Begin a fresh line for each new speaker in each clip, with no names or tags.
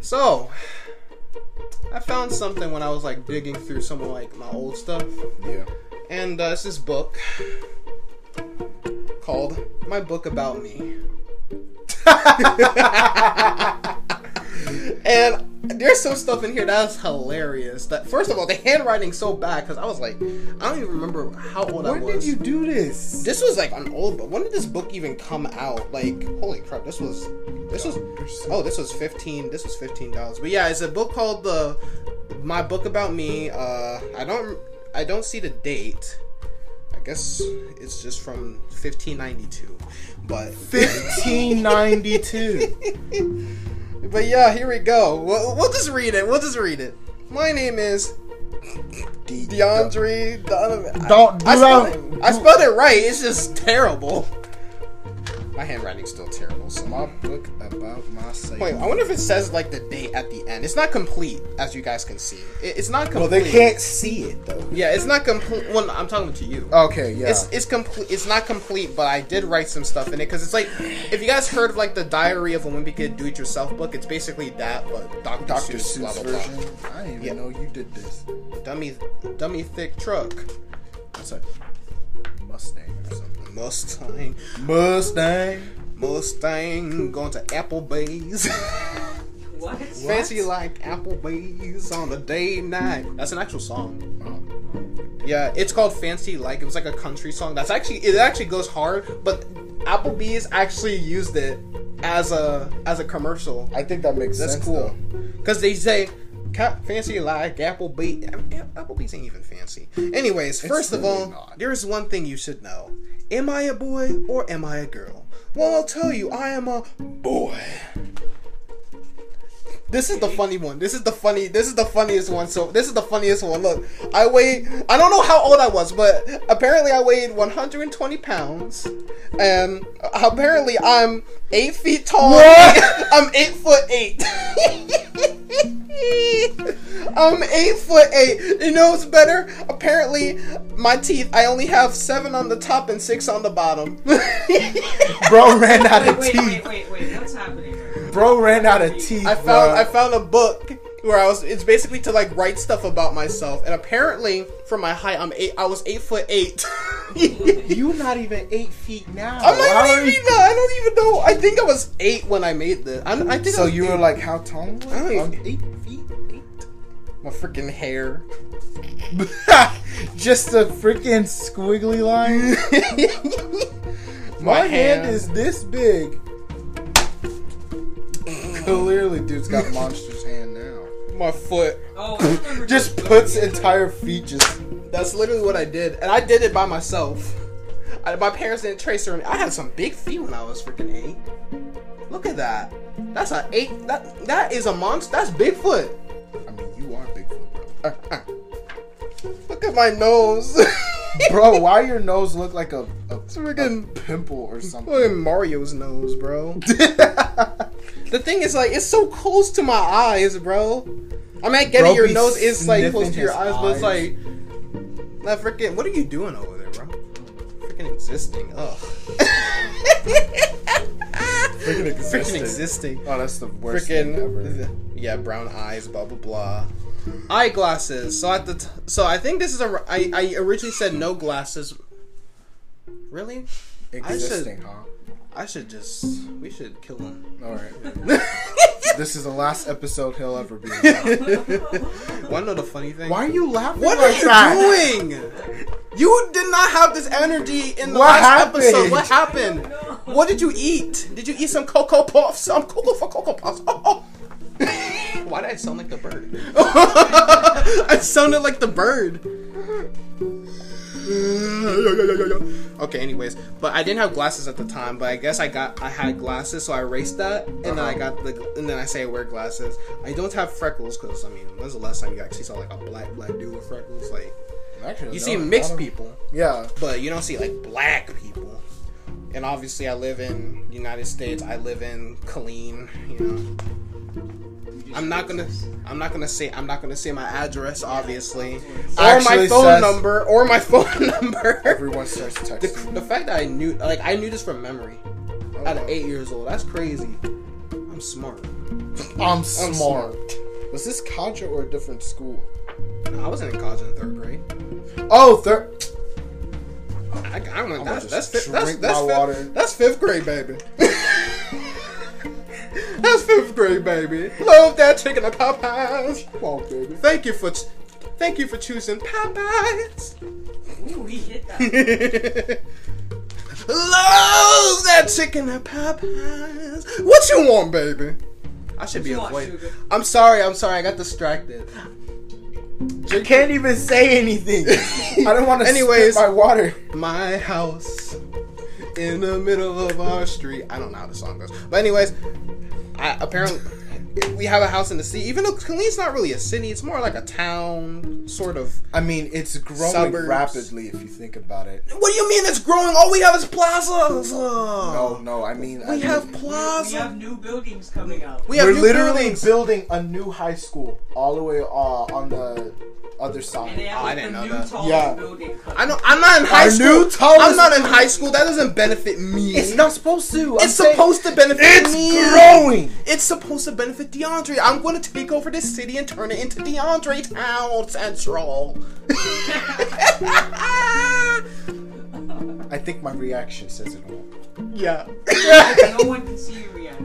So, I found something when I was like digging through some of like my old stuff,
Yeah.
and uh, it's this book called "My Book About Me." and there's some stuff in here that's hilarious. That first of all, the handwriting's so bad because I was like, I don't even remember how old I
When
was.
did you do this?
This was like an old book. When did this book even come out? Like, holy crap! This was, this was, oh, this was fifteen. This was fifteen dollars. But yeah, it's a book called the My Book About Me. Uh, I don't, I don't see the date. I guess it's just from fifteen ninety two. But
1592.
but yeah, here we go. We'll, we'll just read it. We'll just read it. My name is DeAndre Donovan.
Don't do
I spelled,
that.
it, I spelled it right. It's just terrible. My handwriting's still terrible. So
My book about myself.
wait, I wonder if it says like the date at the end. It's not complete, as you guys can see. It, it's not complete.
Well, they can't see it though.
Yeah, it's not complete. Well, I'm talking to you.
Okay. Oh, Yeah.
It's it's complete. It's not complete, but I did write some stuff in it because it's like, if you guys heard of like the Diary of a Wimpy Kid Do-It-Yourself book, it's basically that, but Dr.
Dr.
Seuss,
Seuss
blah, blah, blah.
version. I didn't
Yeah.
even know you did this.
dummy, dummy thick truck,
That's a Mustang or something.
Mustang,
Mustang.
Mustang, going to Applebee's.
What?
Fancy like Applebee's on a day night. That's an actual song.
Oh,
Yeah, it's called Fancy Like. It was like a country song. That's actually it. Actually goes hard, but Applebee's actually used it as a as a commercial.
I think that makes
That's
sense.
cool. Because they say, "Ca- fancy like Applebee. I mean, Applebee's ain't even fancy. Anyways, first of
really
all,
not.
there's one thing you should know Am I a boy or am I a girl? Well, I'll tell you, I am a boy. This is the funny one. This is the funny. This is the funniest one. So this is the funniest one. Look, I weighed. I don't know how old I was, but apparently I weighed 120 pounds, and apparently I'm eight feet tall.
What?
I'm eight foot eight. I'm eight foot eight. You know what's better? Apparently, my teeth. I only have seven on the top and six on the bottom.
Though. Bro ran out
Wait,
of
wait, wait,
teeth.
wait, wait. What's happening? right
Bro ran out of teeth.
I found I found a book where I was. It's basically to like write stuff about myself, and apparently for my height, I'm eight. I was eight foot eight. I'm
you not even eight feet now.
like,
How
what
are
do you mean? No, I don't even know. I think I was eight when I made this. I'm, I think I
So
was
you were
eight.
like, how tall? am
I don't
I?
even-
I'm eight feet eight.
my freaking hair.
Just a freaking squiggly line. My,
My
hand.
hand.
is this big. Clearly, dude's got monster's hand now.
my foot.
now? Oh, I remember
Just
this.
puts entire feet just.
That's literally what I did, and I did it by myself. I, my parents didn't trace her. I had some big feet when I was freaking eight. Look at that. That's a eight. That that is a monster. That's Bigfoot.
I mean, you are Bigfoot, bro.
Look at my nose.
Bro, why your nose look like a, a, a
Friggin-
pimple or something?
Look at Mario's nose, bro. the thing is, like, it's so close to my eyes, bro. I mean, I get
Bro
it, your
be
nose is like close to
sniffing
your
his
eyes, but it's
eyes.
like, that freaking. What are you doing over there, bro? Freaking existing. Ugh. freaking
existing.
Freaking existing.
Oh, that's the worst thing ever.
Freaking. Yeah, brown eyes. Blah blah blah. Eyeglasses. So at the t- so I think this is a. I I originally said no glasses. Really?
Existing, huh?
I should just. We should kill him.
All right. this is the last episode he'll ever be. on.
Wanna know the funny thing?
Why are you laughing?
What
like
are
that?
you doing? You did not have this energy in the
What
last
happened?
episode. What happened? What did you eat? Did you eat some cocoa puffs? Some cocoa for cocoa puffs. Oh, oh. Why did I sound like the bird? I sounded like the bird. Okay, anyways, but I didn't have glasses at the time, but I guess I got I had glasses, so I erased that, and then I
Uh-huh.
got the and then I say I wear glasses. I don't have freckles because I mean, when's the last time you actually saw like a black black dude with freckles? Like
Actually,
you
no,
see
I
mixed
don't-
people,
Yeah.
but you don't see like black people. And obviously, I live in United States. I live in Killeen. You know, I'm not gonna I'm not gonna say I'm not gonna say my address, obviously, or my
Actually
phone
says-
number, or my phone number.
Everyone starts
The,
texting.
the fact that I knew, like, I knew this from memory
Oh,
at
wow.
eight years old. That's crazy. I'm smart.
I'm
I'm
smart. Was this Kadra or a different school?
I wasn't in college in third grade.
Oh, third.
I, I went.
gonna
That's that's
just
fifth, that's
drink
that's
my
fifth,
water.
that's fifth grade, baby. that's fifth grade, baby. Love that chicken at Popeyes.
Come on, baby.
Thank you for, ch- thank you for choosing Popeyes.
Ooh, he hit that.
Love that chicken at Popeyes. What you want, baby? I should be
you want,
avoiding.
sugar?
I'm sorry. I'm sorry. I got distracted.
I can't even say anything. I don't want to.
Anyways.
Anyways, my water.
My house in the middle of our street. I don't know how the song goes, but anyways, I apparently we have a house in the city. Even though Colleen's not really a city, it's more like a town sort of.
I mean, it's growing
Suburbs.
rapidly if you think about it.
What do you mean it's growing? All we have is plazas.
No,
No,
Oh, no. I mean, I
we
mean,
have
we
plaza.
have new buildings coming out.
We have
We're
new
literally
buildings.
building a new high school all the way uh, on the other
and they
side.
have
Oh, I
like,
didn't
the
know
new
that.
tallest
Yeah.
building coming.
I know I'm not in high
Our
school.
new tallest-
I'm not in high school. That doesn't benefit me.
It's not supposed to.
It's supposed to benefit
It's
me.
growing.
It's supposed to benefit DeAndre. I'm going to take over this city and turn it into DeAndre Town Central.
I think my reaction says it all.
yeah.
no one can see your reaction.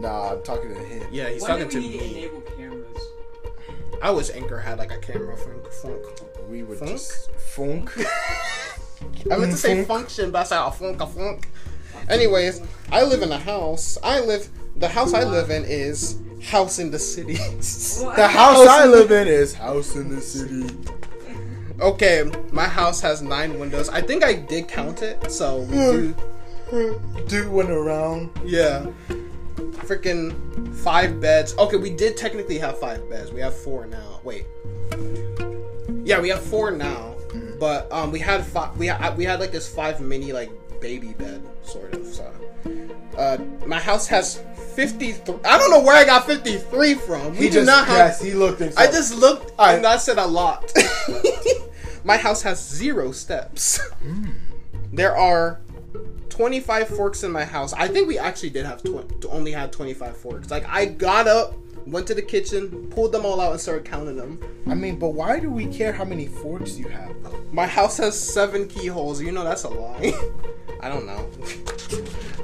Nah, I'm talking to him.
Yeah, he's
Why do
talking
we
to
need to
me.
enable cameras?
I wish Anchor had like a camera funk. funk.
We were
Funk?
just funk.
I meant to say
Funk.
function, but I said a funk, a funk. Anyways, I live in a house. I live. The house I live in is house in the city.
Well,
the
I-
house I live in is house in the city.
Okay, my house has nine windows. I think I did count it, so we do.
Dude went around.
Yeah. Freaking five beds. Okay, we did technically have five beds. We have four now. Wait. Yeah, we have four now. But um, we had five. We had we had like this five mini like baby bed sort of. So, uh, my house has fifty three. I don't know where I got fifty three from. We
He
do
just-
not have.
Yes, he looked himself.
I just looked
Alright.
and I said a lot. My house has zero steps. There are 25 forks in my house. I think we actually did have tw- only had 25 forks. Like I got up, went to the kitchen, pulled them all out and started counting them.
I mean, but why do we care how many forks you have?
My house has 7 keyholes. You know that's a lie. I don't know.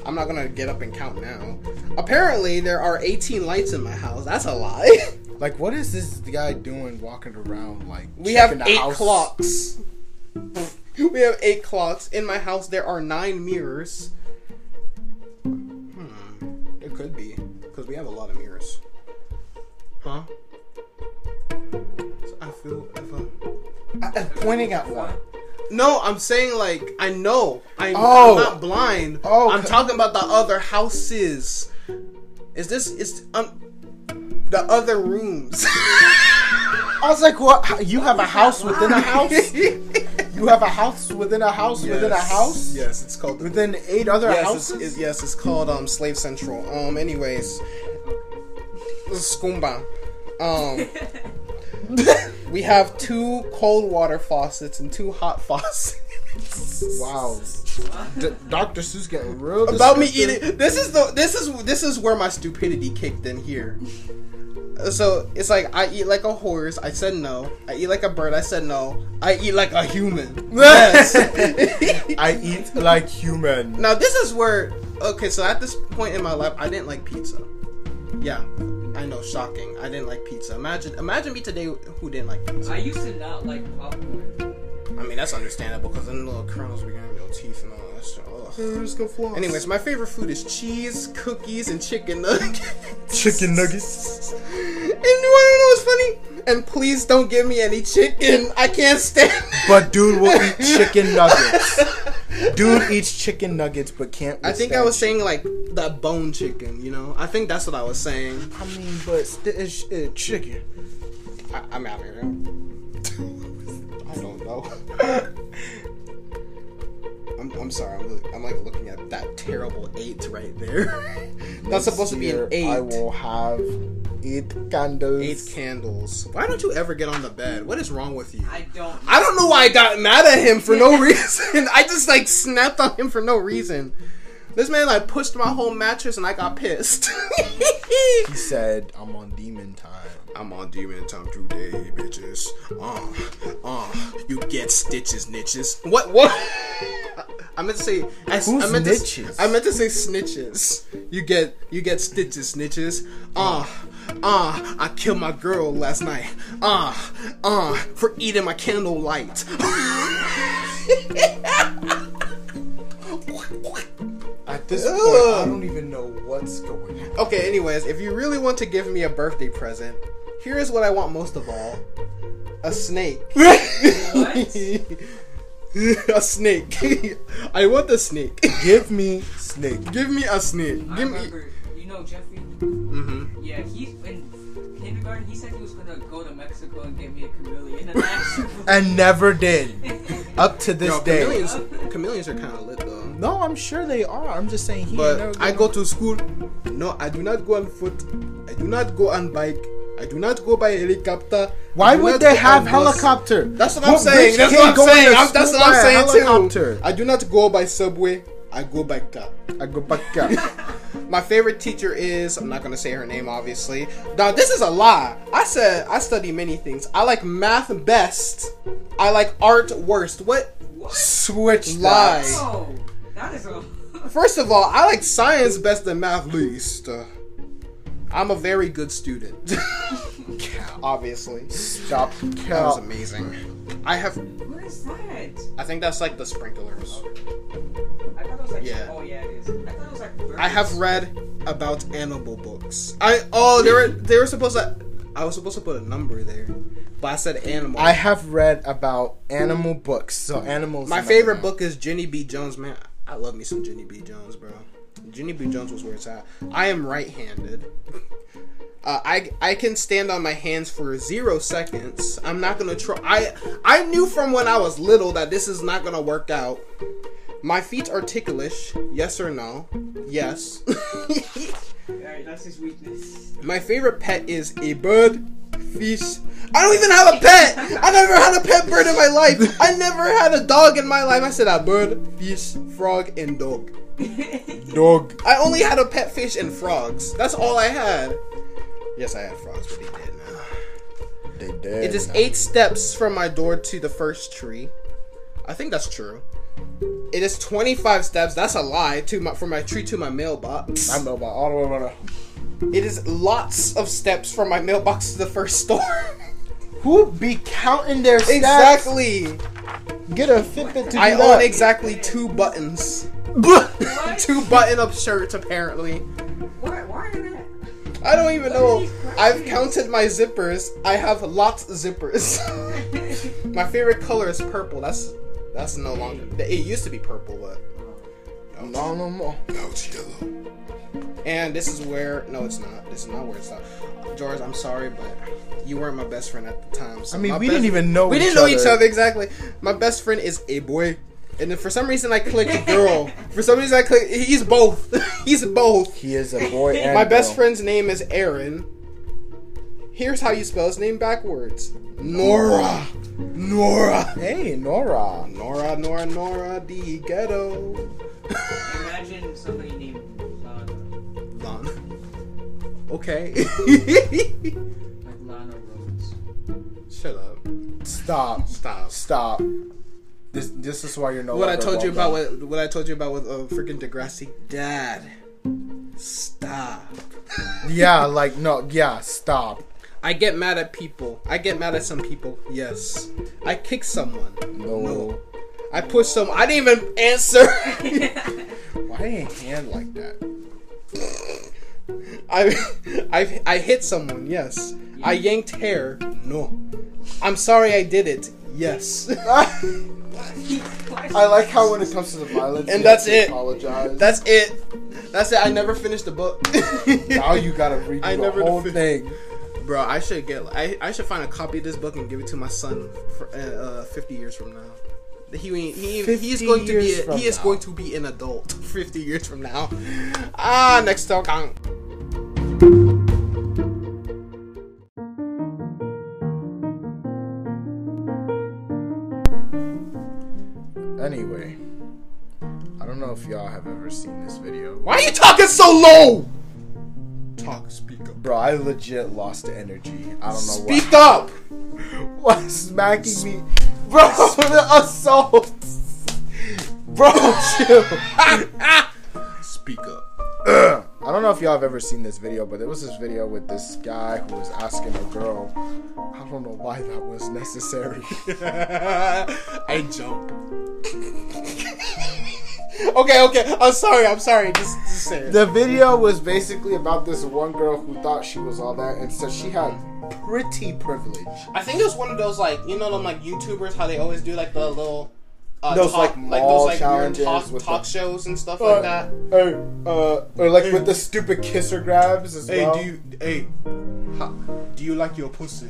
I'm not going to get up and count now. Apparently there are 18 lights in my house. That's a lie.
Like, what is this guy doing walking around? Like,
We
checking
have
the
eight
house?
clocks. we have eight clocks. In my house, there are nine mirrors. Hmm. It could be. Because we have a lot of mirrors. Huh? So I feel. If I...
I- I'm pointing at one.
No, I'm saying, like, I know. I'm,
Oh.
I'm not blind.
Oh,
I'm
c-
talking about the other houses. Is this. Is. Um, the other rooms.
I was like, what? You have a house within a house? You have a house within a house within a
Yes.
house?
Yes, it's called the
Within eight other
yes, it's-
houses?
it's- yes, it's called um Slave Central. Um, anyways, Skumba. Um, we have two cold water faucets and two hot faucets.
wow. D- Dr. Seuss getting real
About me
descriptive.
eating. This is the. This is this is where my stupidity kicked in here. So it's like I eat like a horse. I said no. I eat like a bird. I said no. I eat like a human. Yes.
I eat like human.
Now this is where okay, so at this point in my life I didn't like pizza. Yeah. I know, shocking. I didn't like pizza. Imagine imagine me today who didn't like pizza.
I used to not like popcorn.
I mean that's understandable because then the little kernels were getting in your teeth and all that shit. Ugh.
Anyways,
Anyways, my favorite food is cheese, cookies, and chicken nuggets.
chicken nuggets.
And you wanna know what's funny? And please don't give me any chicken. I can't stand
But dude will eat chicken nuggets. Dude eats chicken nuggets but can't.
I think I was
withstand
saying like that bone chicken, you know? I think that's what I was saying.
chi- I mean, but st- it's, it's chicken.
I, I'm out here. I don't know. I'm, I'm sorry. I'm, really, I'm like looking at that terrible eight right there. That's supposed to be an
Here, I
eight.
will have eight candles.
Eight candles. Why don't you ever get on the bed? What is wrong with you?
I don't.
I don't know why I got mad at him for no reason. I just like snapped on him for no reason. This man like pushed my whole mattress and I got pissed.
He said, "I'm on demon time."
I'm on demon time today, bitches. Uh, uh, you get stitches, niches. What? What? I meant to say. I, s- I
Who's
meant to, s-
niches?
I meant to say snitches. You get, you get stitches, snitches. Uh, uh, I killed my girl last night. Uh, uh, for eating my candlelight.
At this
Ugh.
point, I don't even know what's going on.
Okay, anyways, if you really want to give me a birthday present, here is what I want most of all: a snake. a snake. I want a snake.
Give me snake.
Give me a snake.
I
Give me.
remember, you know Jeffrey?
hmm
Mm-hmm.
Yeah, he's in kindergarten. He said he was gonna go to Mexico and get me a chameleon, and actually,
And never did. Up to this
Yo,
day.
chameleons, chameleons are kind of lit though.
No, I'm sure they are. I'm just saying he. ain't never
But I
gonna-
go to school. No, I do not go on foot. I do not go on bike. I do not go by helicopter. I
Why
do not
would they
go
have
on bus.
helicopter?
That's what, I'm
What
saying.
rich
That's
kid
what I'm
going to
saying. I'm, that's
school
what I'm
by a
saying
helicopter?
too. I do not go by subway. I go by car.
I go back up.
My favorite teacher is I'm not gonna say her name obviously. Now this is a lie. I said I study many things. I like math best. I like art worst. What?
what?
Switch
Lie.
that.
No, that is a.
First of all, I like science best and math least. Uh, I'm a very good student. obviously.
Stop.
That was
Cal.
amazing. I have
What is that?
I think that's like the sprinklers.
I thought it was like.
Yeah.
Oh yeah, it is. I thought it was like. Birds.
I have read about animal books. I oh they were they were supposed to I was supposed to put a number there, but I said animal.
I have read about animal books, so animals.
My
in
favorite
them.
book is Jenny B Jones. Man, I love me some Jenny B Jones, bro. Jenny B Jones was where it's at. I am right-handed. Uh, I I can stand on my hands for zero seconds. I'm not gonna try. I I knew from when I was little that this is not gonna work out. My feet are ticklish. Yes or no? Yes.
Alright, that's his weakness.
My favorite pet is a bird, fish. I don't even have a pet. I never had a pet bird in my life. I never had a dog in my life. I said a bird, fish, frog, and dog.
Dog.
I only had a pet fish and frogs. That's all I had. Yes, I had frogs, but they did now.
They did.
It is
now.
eight steps from my door to the first tree. I think that's true. It is 25 steps. That's a lie. To my from my tree to my mailbox.
I'm about all the way around.
It is lots of steps from my mailbox to the first store.
Who be counting their steps?
Exactly.
Get a Fitbit to
I
do
own
that.
exactly two buttons.
What?
two button-up shirts, apparently.
Why? Why are that?
I don't even know.
Holy crap.
I've counted my zippers. I have lots of zippers. my favorite color is purple. That's that's no longer. It used to be purple, but
No, no more.
now it's yellow. And this is where no, it's not. This is not where it's at. George, I'm sorry, but you weren't my best friend at the time. So
I mean,
my
we
best-
didn't even know.
We
each
didn't know each
other.
other exactly. My best friend is a boy, and then for some reason I clicked girl. For some reason I clicked. He's both. he's both.
He is a boy. And
My best
girl.
friend's name is Aaron. Here's how you spell his name backwards. Nora. Nora.
Hey, Nora.
Nora. Nora. Nora. The ghetto.
Imagine somebody named Lana,
Lana. Okay.
like Lana Rhodes.
Shut up.
Stop.
Stop.
Stop. This. This is why you're no.
What I
longer
told you about
welcome.
what, what I told you about with uh, freaking Degrassi. Dad. Stop.
Yeah. Like no. Yeah. Stop.
I get mad at people. I get mad at some people. Yes. I kick someone.
No.
No. I push some. I didn't even answer.
Why ain't hand like that?
I, I, I hit someone. Yes. I yanked hair. No. I'm sorry I did it. Yes.
I like how when it comes to the violence,
And
you
that's
have to
it.
Apologize.
That's it. That's it. I never finished the book.
now you gotta read
I
the
never
whole
defi-
thing.
Bro, I should get. I, I should find a copy of this book and give it to my son for uh, uh, fifty years from now. He he, he is
50
going to be
years
a,
from
he is
now.
going to be an adult fifty years from now. Ah, next talk on.
Anyway, I don't know if if y'all have ever seen this video.
Why are you talking so low? Talk, speak up.
Bro, I legit lost the energy. I don't know
Speak up!
why. Why smacking me? Bro, the assault. Bro, chill.
Speak up.
I don't know if y'all have ever seen this video, but there was this video with this guy who was asking a girl. I don't know why that was necessary.
I jump. okay, okay. I'm sorry. I'm sorry. Just, just say it.
The video was basically about this one girl who thought she was all that and said she had pretty privilege.
I think it was one of those like you know them like YouTubers how they always do like the little uh,
Those,
talk,
like, mall challenges
talk,
with
talk
the-
shows and stuff
Or,
like that.
or, uh, or like with the stupid kisser grabs as well.
hey, how, do you like your pussy?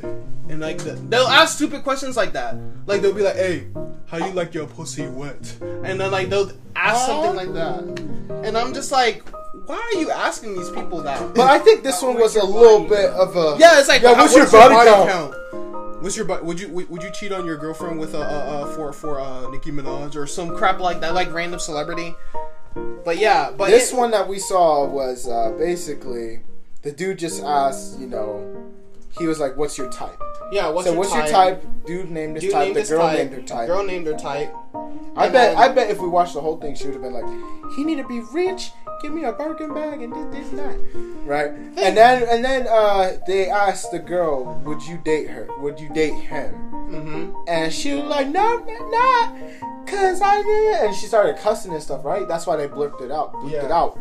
And like the, they'll ask stupid questions like that. Like they'll be like, hey, how you like your pussy wet? And then like they'll ask something like that. And I'm just like, why are you asking these people that?
But I think this one was a little bit of a
yeah, it's like, uh,
yeah,
how-
what's, your body, count?
What's your body? Would you would would you cheat on your girlfriend with a uh, uh, for for uh, Nicki Minaj or some crap like that, like random celebrity? But yeah, but
This
it-
one that we saw was uh, basically the dude just asked, you know, he was like, "What's your type?"
yeah. What's
so
your
what's
type?
your type? Dude named his
Dude
type.
named
The
his
girl
type.
named her type.
Girl named her type.
I
And
bet.
then-
I bet if we watched the whole thing, she would have been like, "He need to be rich. Give me a Birkin bag and this, this, and that." Right. And then, and then uh, they asked the girl, "Would you date her? Would you date him?"
Mm-hmm.
And she was like, "No, no, no, cause I did." And she started cussing and stuff. Right. That's why they blurped it out. Blurped it
Yeah.
out.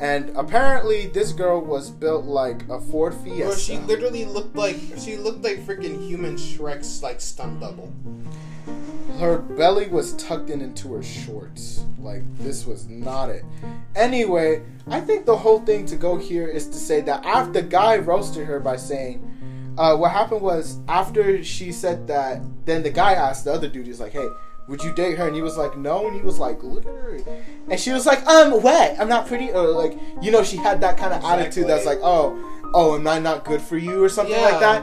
And apparently, this girl was built like a Ford Fiesta.
Bro, she literally looked like she looked like freaking human Shrek's like stunt double.
her belly was tucked in into her shorts. Like this was not it. Anyway, I think the whole thing to go here is to say that after the guy roasted her by saying, uh, what happened was after she said that, then the guy asked the other dude, he's like, hey. Would you date her? And he was like, no. And he was like, look at her. And she was like, I'm wet. I'm not pretty. Or like, you know, she had that kind of attitude that's like,
Exactly.
oh, oh, am I not good for you or something like
Yeah.
that?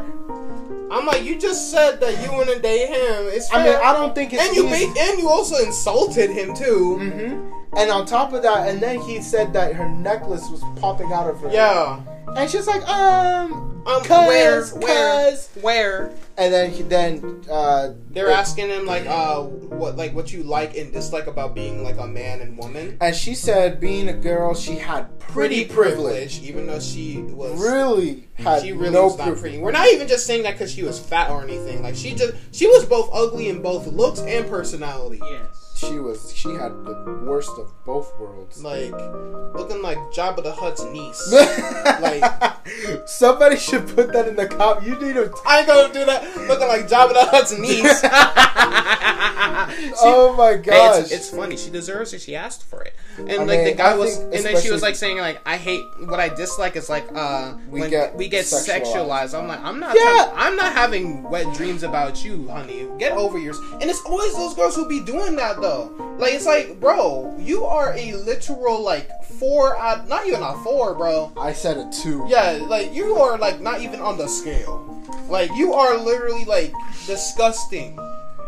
I'm like, you just said that you want to date him. It's
I
fair.
mean, I don't think it's
and you
easy.
made, and you also insulted him too.
Mm-hmm. And on top of that, and then he said that her necklace was popping out of her.
Yeah.
And she's like, um,
Um,
cause,
where, where,
cause.
where?
And then he then uh,
They're asking him like, uh, what, like, what you like and dislike about being like a man and woman.
And she said, being a girl, she had pretty, privilege.
even though she was
Really had
she really
no
was not
privilege.
pretty. We're not even just saying that because she was fat or anything. Like she just she was both ugly in both looks and personality.
Yes.
She was. She had the worst of both worlds.
Like looking like Jabba the Hutt's niece.
like somebody should put that in the cop. You need to.
I ain't gonna do that. Looking like Jabba the Hutt's niece.
oh my
Hey,
gosh!
it's, it's funny. She deserves it. She asked for it. And
I
like the
mean,
guy
I
was,
think
and then she
especially-
was like saying like, I hate what I dislike is like, uh,
We
when
get
we get
sexualized.
sexualized. I'm like, I'm not,
Yeah.
yeah. I'm not having wet dreams about you, honey. Get over yours. And it's always those girls who be doing that though. Like it's like, bro, you are a literal like four out, not even a four, bro.
I said it too.
Yeah, like you are like not even on the scale. Like you are literally like disgusting.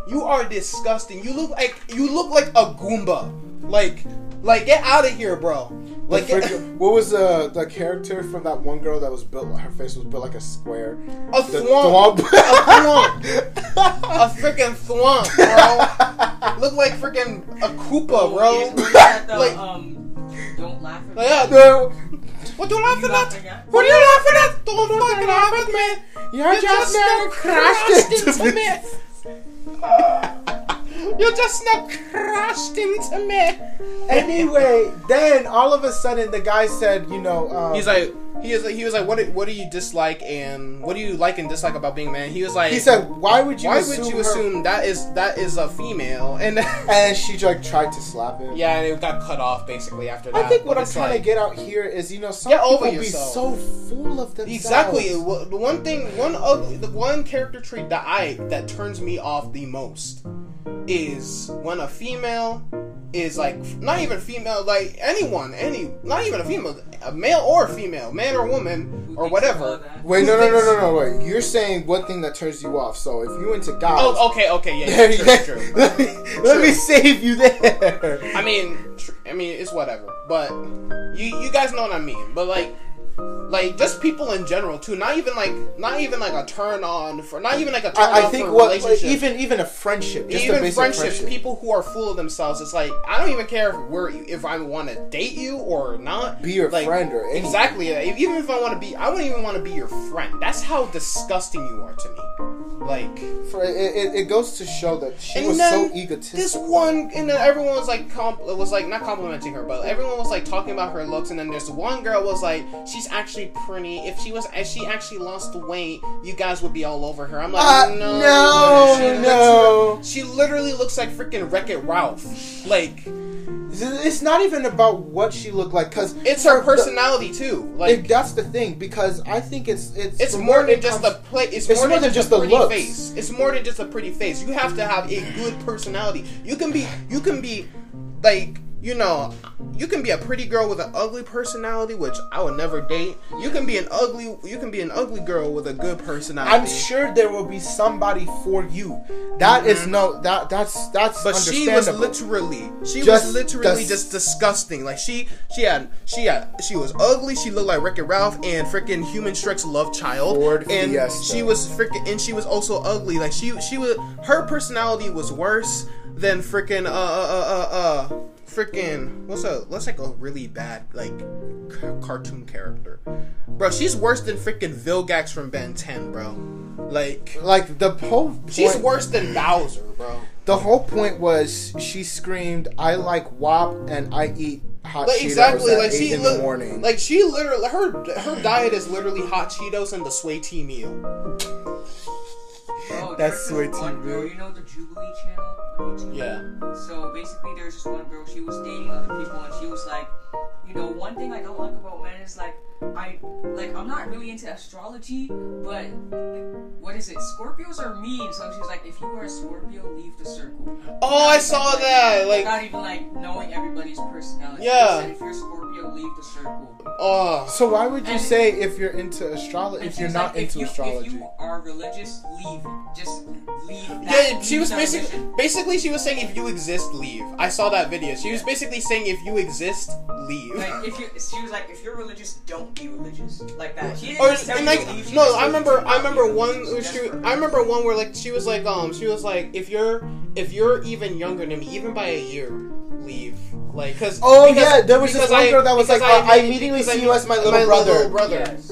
You are disgusting. You look like you look like a goomba. Like like get out of here, bro.
The
Like get,
freaking- what was the the character from that one girl that was built? Her face was built like a square.
a
The
thwomp. A
thwomp.
thwomp. A freaking thwomp, bro. Look like freaking a Koopa,
Is-
bro.
was that the,
Like-
um, don't laugh at
Like, yeah,
no,
what you laughing
laughing at?
at? What are you laughing at? Don't fucking laugh at me. You
you're
just
just
now
never
crashed
crashed
into
into
me.
me.
You just now crashed into me.
Anyway, then all of a sudden the guy said, you know, um,
He's like, he is. He was like, what? Do, what do you dislike and what do you like and dislike about being a man? He was like,
he said, why would you?
why
assume
would you
her-"
assume that is that is a female? And
And she like tried to slap him.
yeah, and it got cut off basically after that.
I think what
but
I'm
it's
trying
like-
to get out here is, you know, some
Get
people
over
be
yourself.
so full of themselves.
Exactly. Well, The one thing, one ugly, the one character trait that I that turns me off the most is when a female is like not even female, like anyone, any, not even a female, a male or a female, man or woman or
thinks
whatever.
about that?
Wait,
who
no, no, no,
thinks-
no, no, wait. You're saying what thing that turns you off? So if you into guys,
Oh, okay, okay, yeah, yeah,
Let me-
true, true.
let me, let me save you there.
I mean, tr- I mean, it's whatever. But you you guys know what I mean. But like like just people in general too. Not even like not even like a turn on for not even like a turn
I, I
on
think
for
what
relationship.
even even a friendship, just a
even
basic
friendships,
friendship.
people who are full of themselves. It's like I don't even care if we're if I want to date you or not.
Be your
like,
friend or anything.
exactly. If- Even if I want to be, I wouldn't even want to be your friend. That's how disgusting you are to me. Like
For, it, it, it goes to show that she was so egotistical.
this one, and then everyone was like, comp- was like not complimenting her, but everyone was like talking about her looks. And then there's one girl was like, she's actually pretty. If she was, if she actually lost the weight, you guys would be all over her. I'm like,
Uh,
no,
no,
she looks-
no.
she literally looks like freaking Wreck It Ralph. Like
It's not even about what she looked like, because
it's her personality too. Like
that's the thing. Because I think it's it's
it's
from
more
where it
than just
comes-
the play. It's,
it's
more than, just
the
a pretty
looks.
face. It's more than just a pretty face. You have to have a good personality. You can be. You can be, like you know, you can be a pretty girl with an ugly personality, which I would never date. You can be an ugly. You can be an ugly girl with a good personality.
I'm sure there will be somebody for you. That is no that that's that's
Mm-hmm. But she was
understandable.
literally, she
Just
was literally
dis-
just disgusting. Like she, she had, she had, she was ugly. She looked like Wreck-It Ralph and freaking Human Shrek's love child.
Ford
and
Fiesta.
she was freaking, and she was also ugly. Like she, she was, her personality was worse than freaking, uh, uh, uh, uh, uh freaking. What's a, what's like a really bad like c- cartoon character, bro? She's worse than freaking Vilgax from Ben 10, bro. Like
like the whole point,
she's worse than Bowser, bro.
the whole point was she screamed, "I like WAP and I eat hot
like
Cheetos
exactly
at
like
eight
she
in
li-
the morning."
like she literally her her diet is literally hot Cheetos and the Sway tea meal.
Bro,
That's
there's
sweet,
this Oh, one girl,
dude.
you know the Jubilee channel on YouTube?
Yeah.
So basically, there's this one girl. She was dating other people, and she was like, you know, one thing I don't like about men is like, I like I'm not really into astrology, but what is it? Scorpios are mean. So she's like, if you are a Scorpio, leave the circle.
Oh, I saw that. Like,
Not even like knowing everybody's personality. She
Yeah.
said, if you're a Scorpio, leave the circle.
oh,
so why would you
And-
say if you're into astrology
And
if you're
she's
not
like, if
into
you,
astrology?
If you are religious, leave. it. Just leave. That,
yeah. She
leave
was
that
basically
religion.
basically she was saying if you exist, leave. I saw that video. She was basically saying if you exist, leave.
Like if you, she was like, if you're religious, don't be religious, like that. She didn't
Or
just tell
and
you to
like
leave, she
no,
just
I
told you
remember
to
I
not be
remember one
religious.
where she
That's her.
I remember one where like she was like um she was like if you're if you're even younger than me even by a year leave like cause
Oh,
because-
yeah, there was this
because
one
I-
girl that was
because
like, "I- I
made-
immediately
because I
see you
made-
as my little brother."
Yes.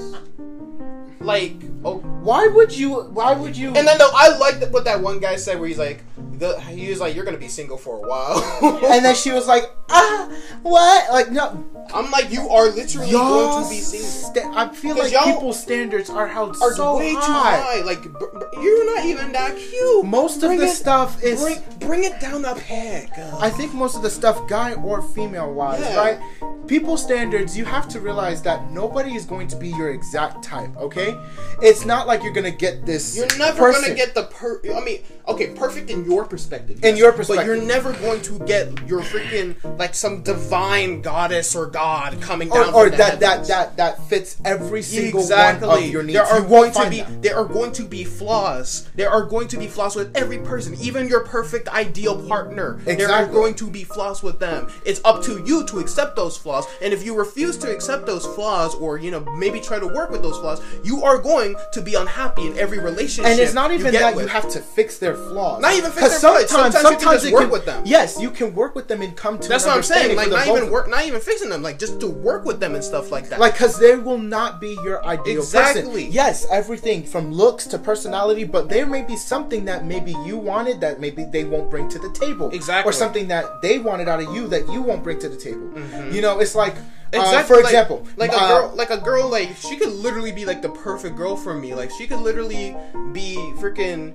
like oh
why would you? Why would you?
and then though i liked what that one guy said where he's like the he was like you're gonna be single for a while
and then she was like, "Ah, what? Like no,
i'm like you are literally
y'all
going to be single
sta- I feel
'Cause
like
y'all
people's standards are held
are
so
way
high.
too high like br- br- you're not even that cute
Most of
Bring
the
it-
stuff is.
bring, bring it down a peg uh.
I think most of the stuff, guy or female wise,
Yeah.
right? People standards, you have to realize that nobody is going to be your exact type, okay? It's not like you're gonna get this.
You're never
person.
gonna get the per. I mean, okay, perfect in your perspective.
In your
but you're
perspective.
never going to get your freaking like some divine goddess or god coming down.
Or, or
from the
that, that
heavens.
that that fits every single
exactly.
one of your needs.
There are
You
going
won't
to
find
be
that.
there are going to be flaws. There are going to be flaws with every person, even your perfect ideal partner. There are
Exactly.
going to be flaws with them. It's up to you to accept those flaws. And if you refuse to accept those flaws, or you know maybe try to work with those flaws, you are going to be unhappy in every relationship.
and it's not
you
even
get
that
with.
you have to fix their flaws.
Not even fix
'Cause
their flaws. Sometimes you can just
it
work with them.
Yes, you can work with them and come to.
That's
an
what I'm saying.
understanding
Like
for the
not
both
even
of
work, not even fixing them. Like just to work with them and stuff like that.
Like, because they will not be your ideal
Exactly.
person. Yes, everything from looks to personality, but there may be something that maybe you wanted that maybe they won't bring to the table.
Exactly.
Or something that they wanted out of you that you won't bring to the table. You know, it's like, uh,
Mm-hmm. Exactly,
for
like-
example,
like a
uh,
girl, like a girl, like she could literally be like the perfect girl for me. Like she could literally be freaking,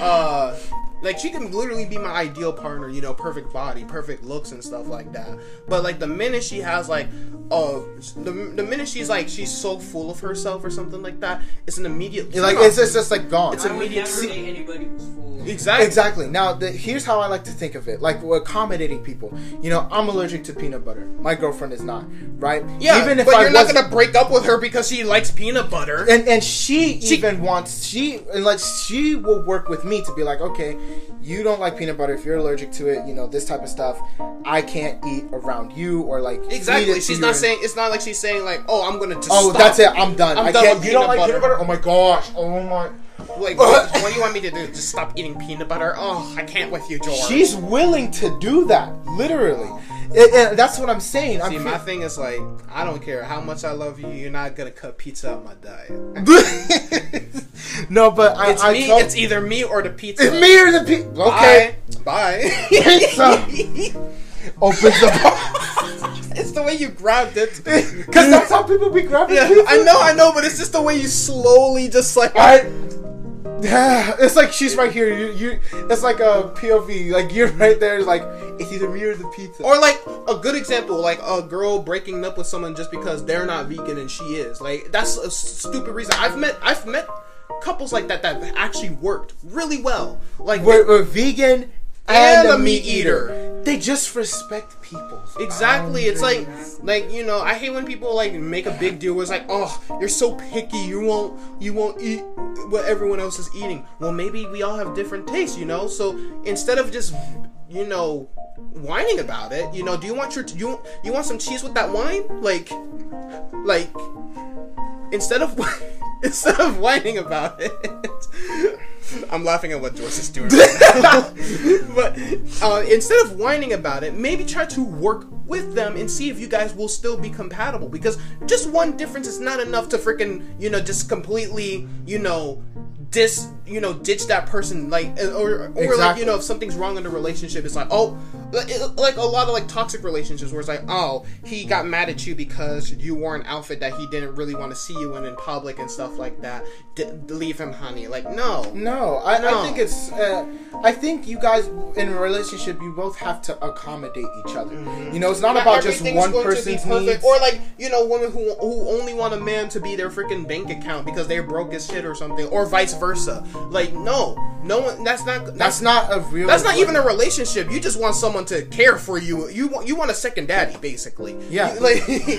uh, like she can literally be my ideal partner. You know, perfect body, perfect looks, and stuff like that. But like the minute she has like, uh, the, the minute she's like she's so full of herself or something like that, it's an immediate
Like it's, it's just like gone.
It's a-
I would
immediate
never
se-
date anybody who's full.
Exactly.
Exactly. Now, the, here's how I like to think of it. Like, we're accommodating people. You know, I'm allergic to peanut butter. My girlfriend is not, right?
Yeah, but you're not
was-
gonna break up with her because she likes peanut butter.
and and she,
She-
even wants she and like she will work with me to be like okay you don't like peanut butter if you're allergic to it you know this type of stuff i can't eat around you or like feed it
Exactly.
to
She's
you
not
and-
saying it's not like she's saying like, oh, I'm gonna just.
oh
stop.
that's it i'm done
I'm
i
done
can't
with
you don't
peanut
like peanut
butter.
butter oh my gosh oh my
Like, what, what do you want me to do? Just stop eating peanut butter? Oh, I can't with you, George.
she's willing to do that literally And- and that's what i'm saying i'm
See,
fe-
my thing is like, I don't care how much I love you, you're not gonna cut pizza out my diet.
no but i
It's
I
me.
told-
It's either me or the pizza.
it's me or the pe- okay
Bye. Bye.
pizza opens the box
it's the way you grabbed it.
because that's how people be grabbing
Yeah,
pizza
I know, I know, but it's just the way you slowly just like.
I. Yeah, it's like she's right here. You, you. It's like a POV. Like you're right there. It's like it's either me or the pizza.
Or like a good example, like a girl breaking up with someone just because they're not vegan and she is. Like that's a s- stupid reason. I've met I've met couples like that that actually worked really well. Like
we're, we're vegan
And
and,
a
a meat
meat
eater.
eater.
They just respect people.
Exactly. It's like, like you know, I hate when people like make a big deal. Where it's like, oh, you're so picky. You won't, you won't eat what everyone else is eating. Well, maybe we all have different tastes, you know. So instead of just, you know, whining about it, you know, do you want your, do you, you want some cheese with that wine? Like, like, instead of, instead of whining about it. I'm laughing at what Joyce is doing. Right now but uh, instead of whining about it, maybe try to work with them and see if you guys will still be compatible. Because just one difference is not enough to freaking you know just completely you know dis you know ditch that person like uh, or or like you
Exactly.
know if something's wrong in the relationship, it's like oh like- like a lot of like toxic relationships where it's like oh he got mad at you because you wore an outfit that he didn't really want to see you in in public and stuff like that. D- leave him, honey. Like no.
No, I,
No.
I think it's. Uh, I think you guys in a relationship, you both have to accommodate each other. You know, it's not, about just
Mm-hmm. everything's
one
going to be
person's
perfect.
needs.
Or like you know, women who who only want a man to be their freaking bank account because they're broke as shit or something, or vice versa. Like no, no one. That's not. That's,
that's
not.
not a real.
That's not even a relationship. You just want someone to care for you. You want you want a second daddy, basically.
Yeah.
You- like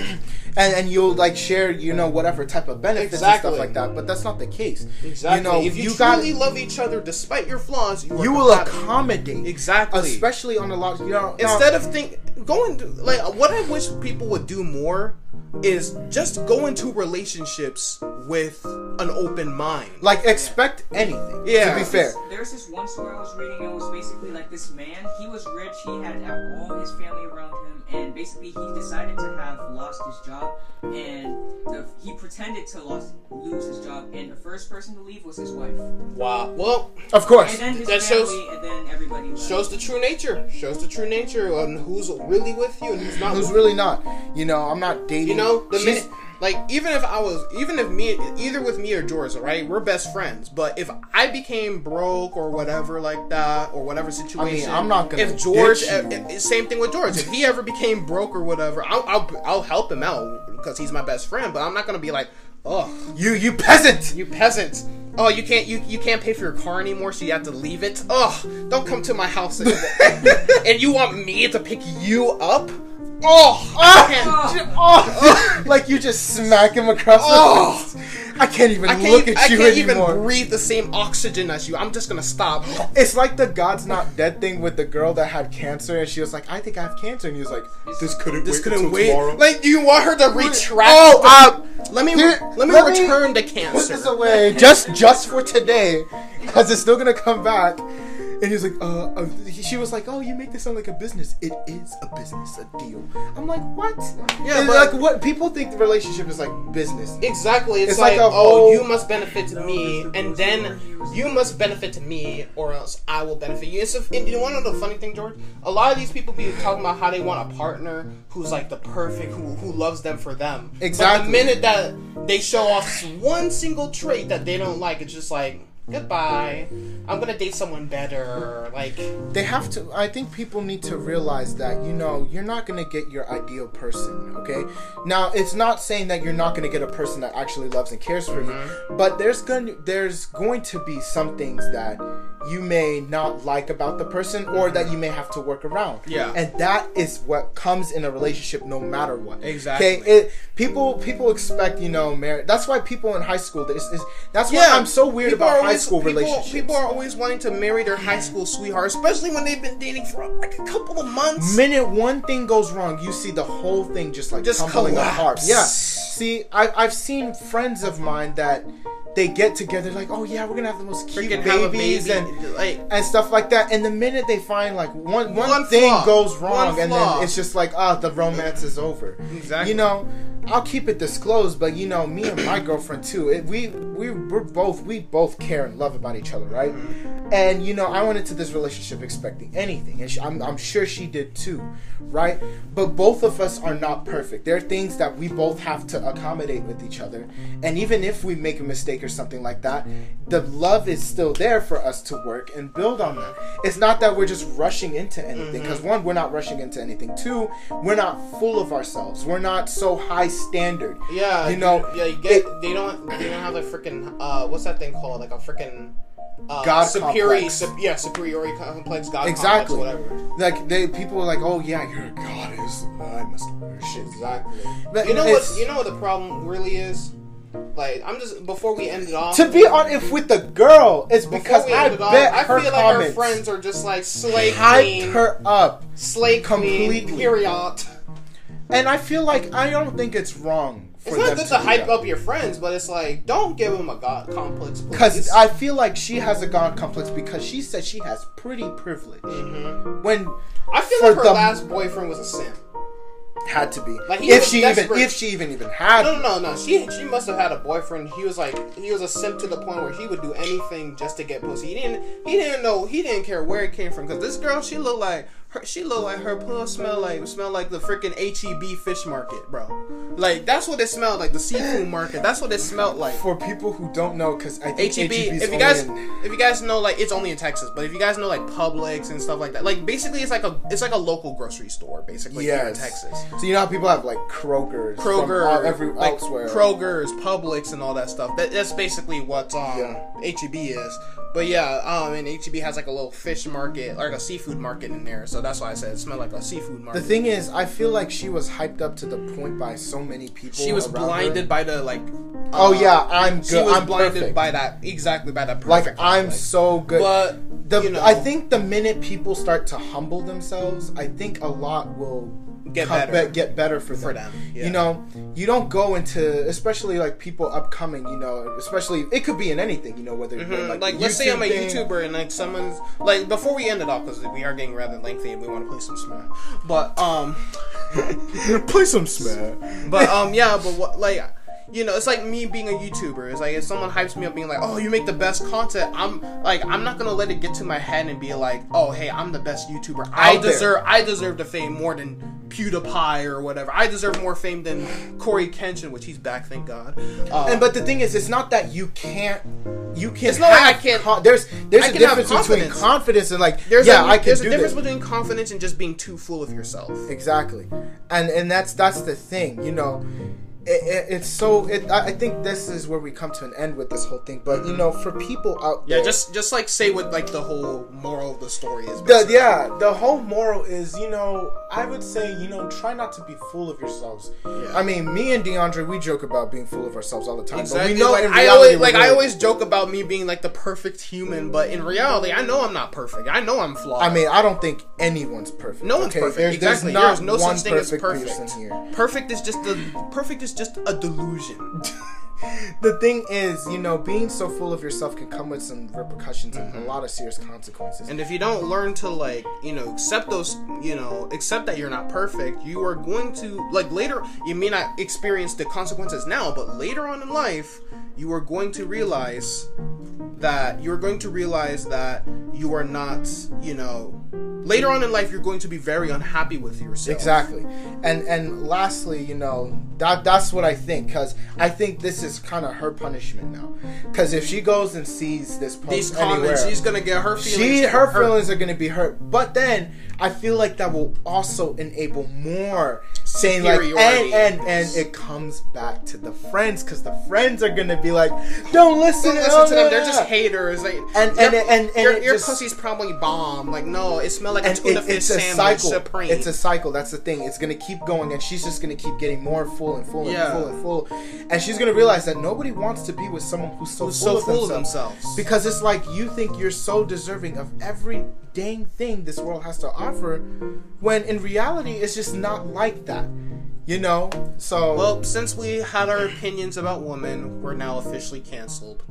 and and you'll like share you know whatever type of benefits
Exactly.
and stuff like that. But that's not the case.
exactly.
You know,
if you,
you got
truly love each other despite your flaws, you, are
you will
compatible.
accommodate
exactly.
especially on a lot. You know, now-
instead of think going to, like what I wish people would do more is just go into relationships with an open mind.
like expect anything.
Yeah.
to be fair.
There's this one story I was reading. It was basically like this man. He was rich. He had all his family around him, and basically he decided to have lost his job, and the, he pretended to lost, lose his job, and the first person to leave was his wife, and
wow. Well,
Of course,
then his
That
family,
shows-
and then everybody left.
shows the true nature. Shows the true nature on who's really with you and who's not.
who's
with
really not? You know, I'm not dating.
You know, the
She's-
minute, like even if I was, even if me, either with me or Jorza, right? We're best friends. But if I became broke or whatever like that, or whatever situation,
I'm not gonna
If George,
ditch
if,
you.
if- same thing with George. If he ever became broke or whatever, I'll I'll, I'll help him out because he's my best friend. But I'm not gonna be like, oh,
you you peasant.
you peasant. Oh, you can't you, you can't pay for your car anymore, so you have to leave it. Ugh, don't come to my house and, and you want me to pick you up? Oh,
Ah!
I can't,
Oh, like you just smack him across
Oh.
the face. I can't even
I can't,
look
even-
at
I
you
can't
anymore.
even breathe the same oxygen as you. I'm just gonna stop.
It's like the God's not dead thing with the girl that had cancer, and she was like, "I think I have cancer," and he was like, "This couldn't
This
wait
couldn't
until
wait.
tomorrow."
Like, do you want her to retract?
Oh, uh,
let me
here-
let me
let me-
return the
put
cancer.
this away just just for today, because it's still gonna come back. And he was like, uh, uh, he- she was like, oh, you make this sound like a business. It is a business, a deal. I'm like, what?
Yeah,
And,
but-
like what people think the relationship is like business.
Exactly. It's,
It's
like,
like a
oh,
whole-
you must benefit to me, and then you must benefit to me, or else I will benefit you. It's a, and you want to know the funny thing, George? A lot of these people be talking about how they want a partner who's like the perfect, who who loves them for them. But the
Exactly.
minute that they show off one single trait that they don't like, it's just like goodbye. I'm gonna date someone better. Like
they have to i think people need to realize that you know you're not going to get your ideal person okay now it's not saying that you're not going to get a person
Mm-hmm.
that actually loves and cares for you but there's going to there's going to be some things that you may not like about the person or that you may have to work around.
Yeah.
And that is what comes in a relationship no matter what.
Exactly.
Okay. It, people people expect, you know, marriage. That's why people in high school this is that's why I'm so weird
people
about
are
high
always-
school
people,
relationships.
People are always wanting to marry their high school sweetheart, especially when they've been dating for like a couple of months.
minute one thing goes wrong, you see the whole thing just like
Just
tumbling
collapse.
apart. Yeah. See, I, I've seen friends of mine that they get together like, oh yeah, we're gonna have the most cute
Freaking
babies
have a baby,
and
like
and stuff like that. And the minute they find like one one
One
thing
flaw.
goes wrong,
One
and
flaw.
then it's just like ah, the romance is over.
Exactly.
You know, I'll keep it disclosed, but you know, me and my girlfriend too. It, we we we're both we both care and love about each other, right?
Mm-hmm.
And you know, I went into this relationship expecting anything, and she, I'm I'm sure she did too, right? But both of us are not perfect. There are things that we both have to accommodate with each other, and even if we make a mistake or something like that, the love is still there for us to work and build on that. It's not that we're just rushing into anything
Mm-hmm.
because one, we're not rushing into anything. Two, we're not full of ourselves. We're not so high standard.
Yeah,
you know,
yeah, you get,
it-
they don't they don't have like freaking uh, what's that thing called? Like a freaking uh,
God
superior,
complex.
yeah, superiority complex, God
exactly.
complex, whatever.
Like they, people are like, "Oh yeah, you're a goddess. I must worship."
Exactly.
But
you know
it's-
what? You know what the problem really is? Like, I'm just before we end it off.
To be on if with the girl, it's
before
because
we
I
end it
bet
off, I
her
feel like our
comments
friends are just like slay
hyped
queen,
her up.
slay queen,
completely.
period.
And I feel like I don't think it's wrong for
It's not
them
good to
do
hype
that.
up your friends, but it's like don't give them a god complex.
Because
please.
I feel like she has a god complex because she said she has pretty privilege. When
Mm-hmm. I feel
for
like her
the-
last boyfriend was a simp.
had to be,
Like, he
if
was
she
desperate.
even if she even even had,
No, no, no, no. She she must have had a boyfriend. He was like he was a simp to the point where he would do anything just to get pussy. He didn't he didn't know he didn't care where it came from because this girl she looked like her she looked like her pussy smell like smell like the freaking H E B fish market, bro. Like that's what it smelled like the seafood market. That's what it smelled like.
for people who don't know, because I think
HEB.
HEB
E
is
If you
only
guys,
E in-
if you guys know, like it's only in Texas, but if you guys know, like Publix and stuff like that, like basically it's like a it's like a local grocery store, basically here in
Yes.
Texas.
So you know how people have like Kroger's, from
Kroger,
all- every
like
elsewhere.
Kroger's, Publix, and all that stuff. That, that's basically what um,
Yeah.
HEB is. But yeah, um, and HEB has like a little fish market, like a seafood market in there. So that's why I said it smelled like a seafood market.
The thing is, I feel like she was hyped up to the point by so many people.
she was
around her.
blinded by the like.
Oh
uh,
yeah, I'm good.
she was
I'm
blinded
perfect.
by that exactly by that.
like
perfect
I'm
complex.
so good.
But
the,
you know,
I think the minute people start to humble themselves, I think a lot will
Get
come-
better.
be- get better for them.
For them, yeah.
You know, you don't go into especially like people upcoming. You know, especially it could be in anything. You know, whether
Mhm, like, let's say I'm a YouTuber and like someone's like before we end it off because we are getting rather lengthy and we want to play some Smash, but um,
YouTuber, play some smash.
but um, yeah, but what like. You know, it's like me being a YouTuber. It's like if someone hypes me up, being like, "Oh, you make the best content." I'm like, I'm not gonna let it get to my head and be like, "Oh, hey, I'm the best YouTuber. I
Out there.
deserve, I deserve to fame more than PewDiePie or whatever. I deserve more fame than Corey Kenshin, which he's back, thank God." Um,
And but the thing is, it's not that you can't. You can.
It's not like I
have
can't-
con- there's there's
I
a
can have
difference between
confidence.
confidence and like
there's
yeah,
a,
I can
there's
do
a difference
this.
between confidence and just being too full of yourself.
Exactly, and and that's that's the thing, you know. It, it, it's so. It, I I think this is where we come to an end with this whole thing. But you know, for people out
Yeah,
there,
just just like say what like the whole moral of the story is.
the,
basically.
yeah, the whole moral is, you know, I would say, you know, try not to be full of yourselves. I mean, me and DeAndre, we joke about being full of ourselves all the time,
Exactly.
but we know
like,
in
I
reality,
always
we're
like I
really-
always joke about me being like the perfect human, but in reality, I know I'm not perfect. I know I'm flawed.
I mean, I don't think anyone's perfect.
no one's
okay?
perfect.
There's, there's
exactly.
not
There's no
one
such thing as
perfect
perfect.
person here.
Perfect is just a perfect is just a delusion.
the thing is, you know, being so full of yourself can come with some repercussions and a lot of serious consequences.
Mm-hmm. And if you don't learn to like, you know, accept those, you know, accept that you're not perfect, you are going to like later. You may not experience the consequences now, but later on in life, you are going to realize that you are going to realize that you are not, you know, later on in life you're going to be very unhappy with yourself.
Exactly. And and lastly, you know, that that's what I think cuz I think this is kind of her punishment now. Cuz if she goes and sees this post
These comments,
anywhere,
she's gonna get her feelings.
she her
hurt.
feelings are going to be hurt. But then I feel like that will also enable more saying like and
Superiority.
and and it comes back to the friends cuz the friends are going to be like, "Don't
Don't listen
listen,
to them. They're
blah,
just
blah."
haters. Like,
And-
your-
and it- and- and
your,
it
your
just-
pussy's probably bomb. Like, no, it smelled like a
and
tuna
it-
fish
it's a
sandwich.
cycle.
Supreme.
It's a cycle. That's the thing. It's gonna keep going, and she's just gonna keep getting more full and full and
Yeah.
full and full, and she's gonna realize that nobody wants to be with someone who's so
Who's
full,
so
of,
full of
themselves.
themselves.
Because it's like you think you're so deserving of every dang thing this world has to offer, when in reality it's just not like that. You know. So
well, since we had our opinions about women, we're now officially canceled.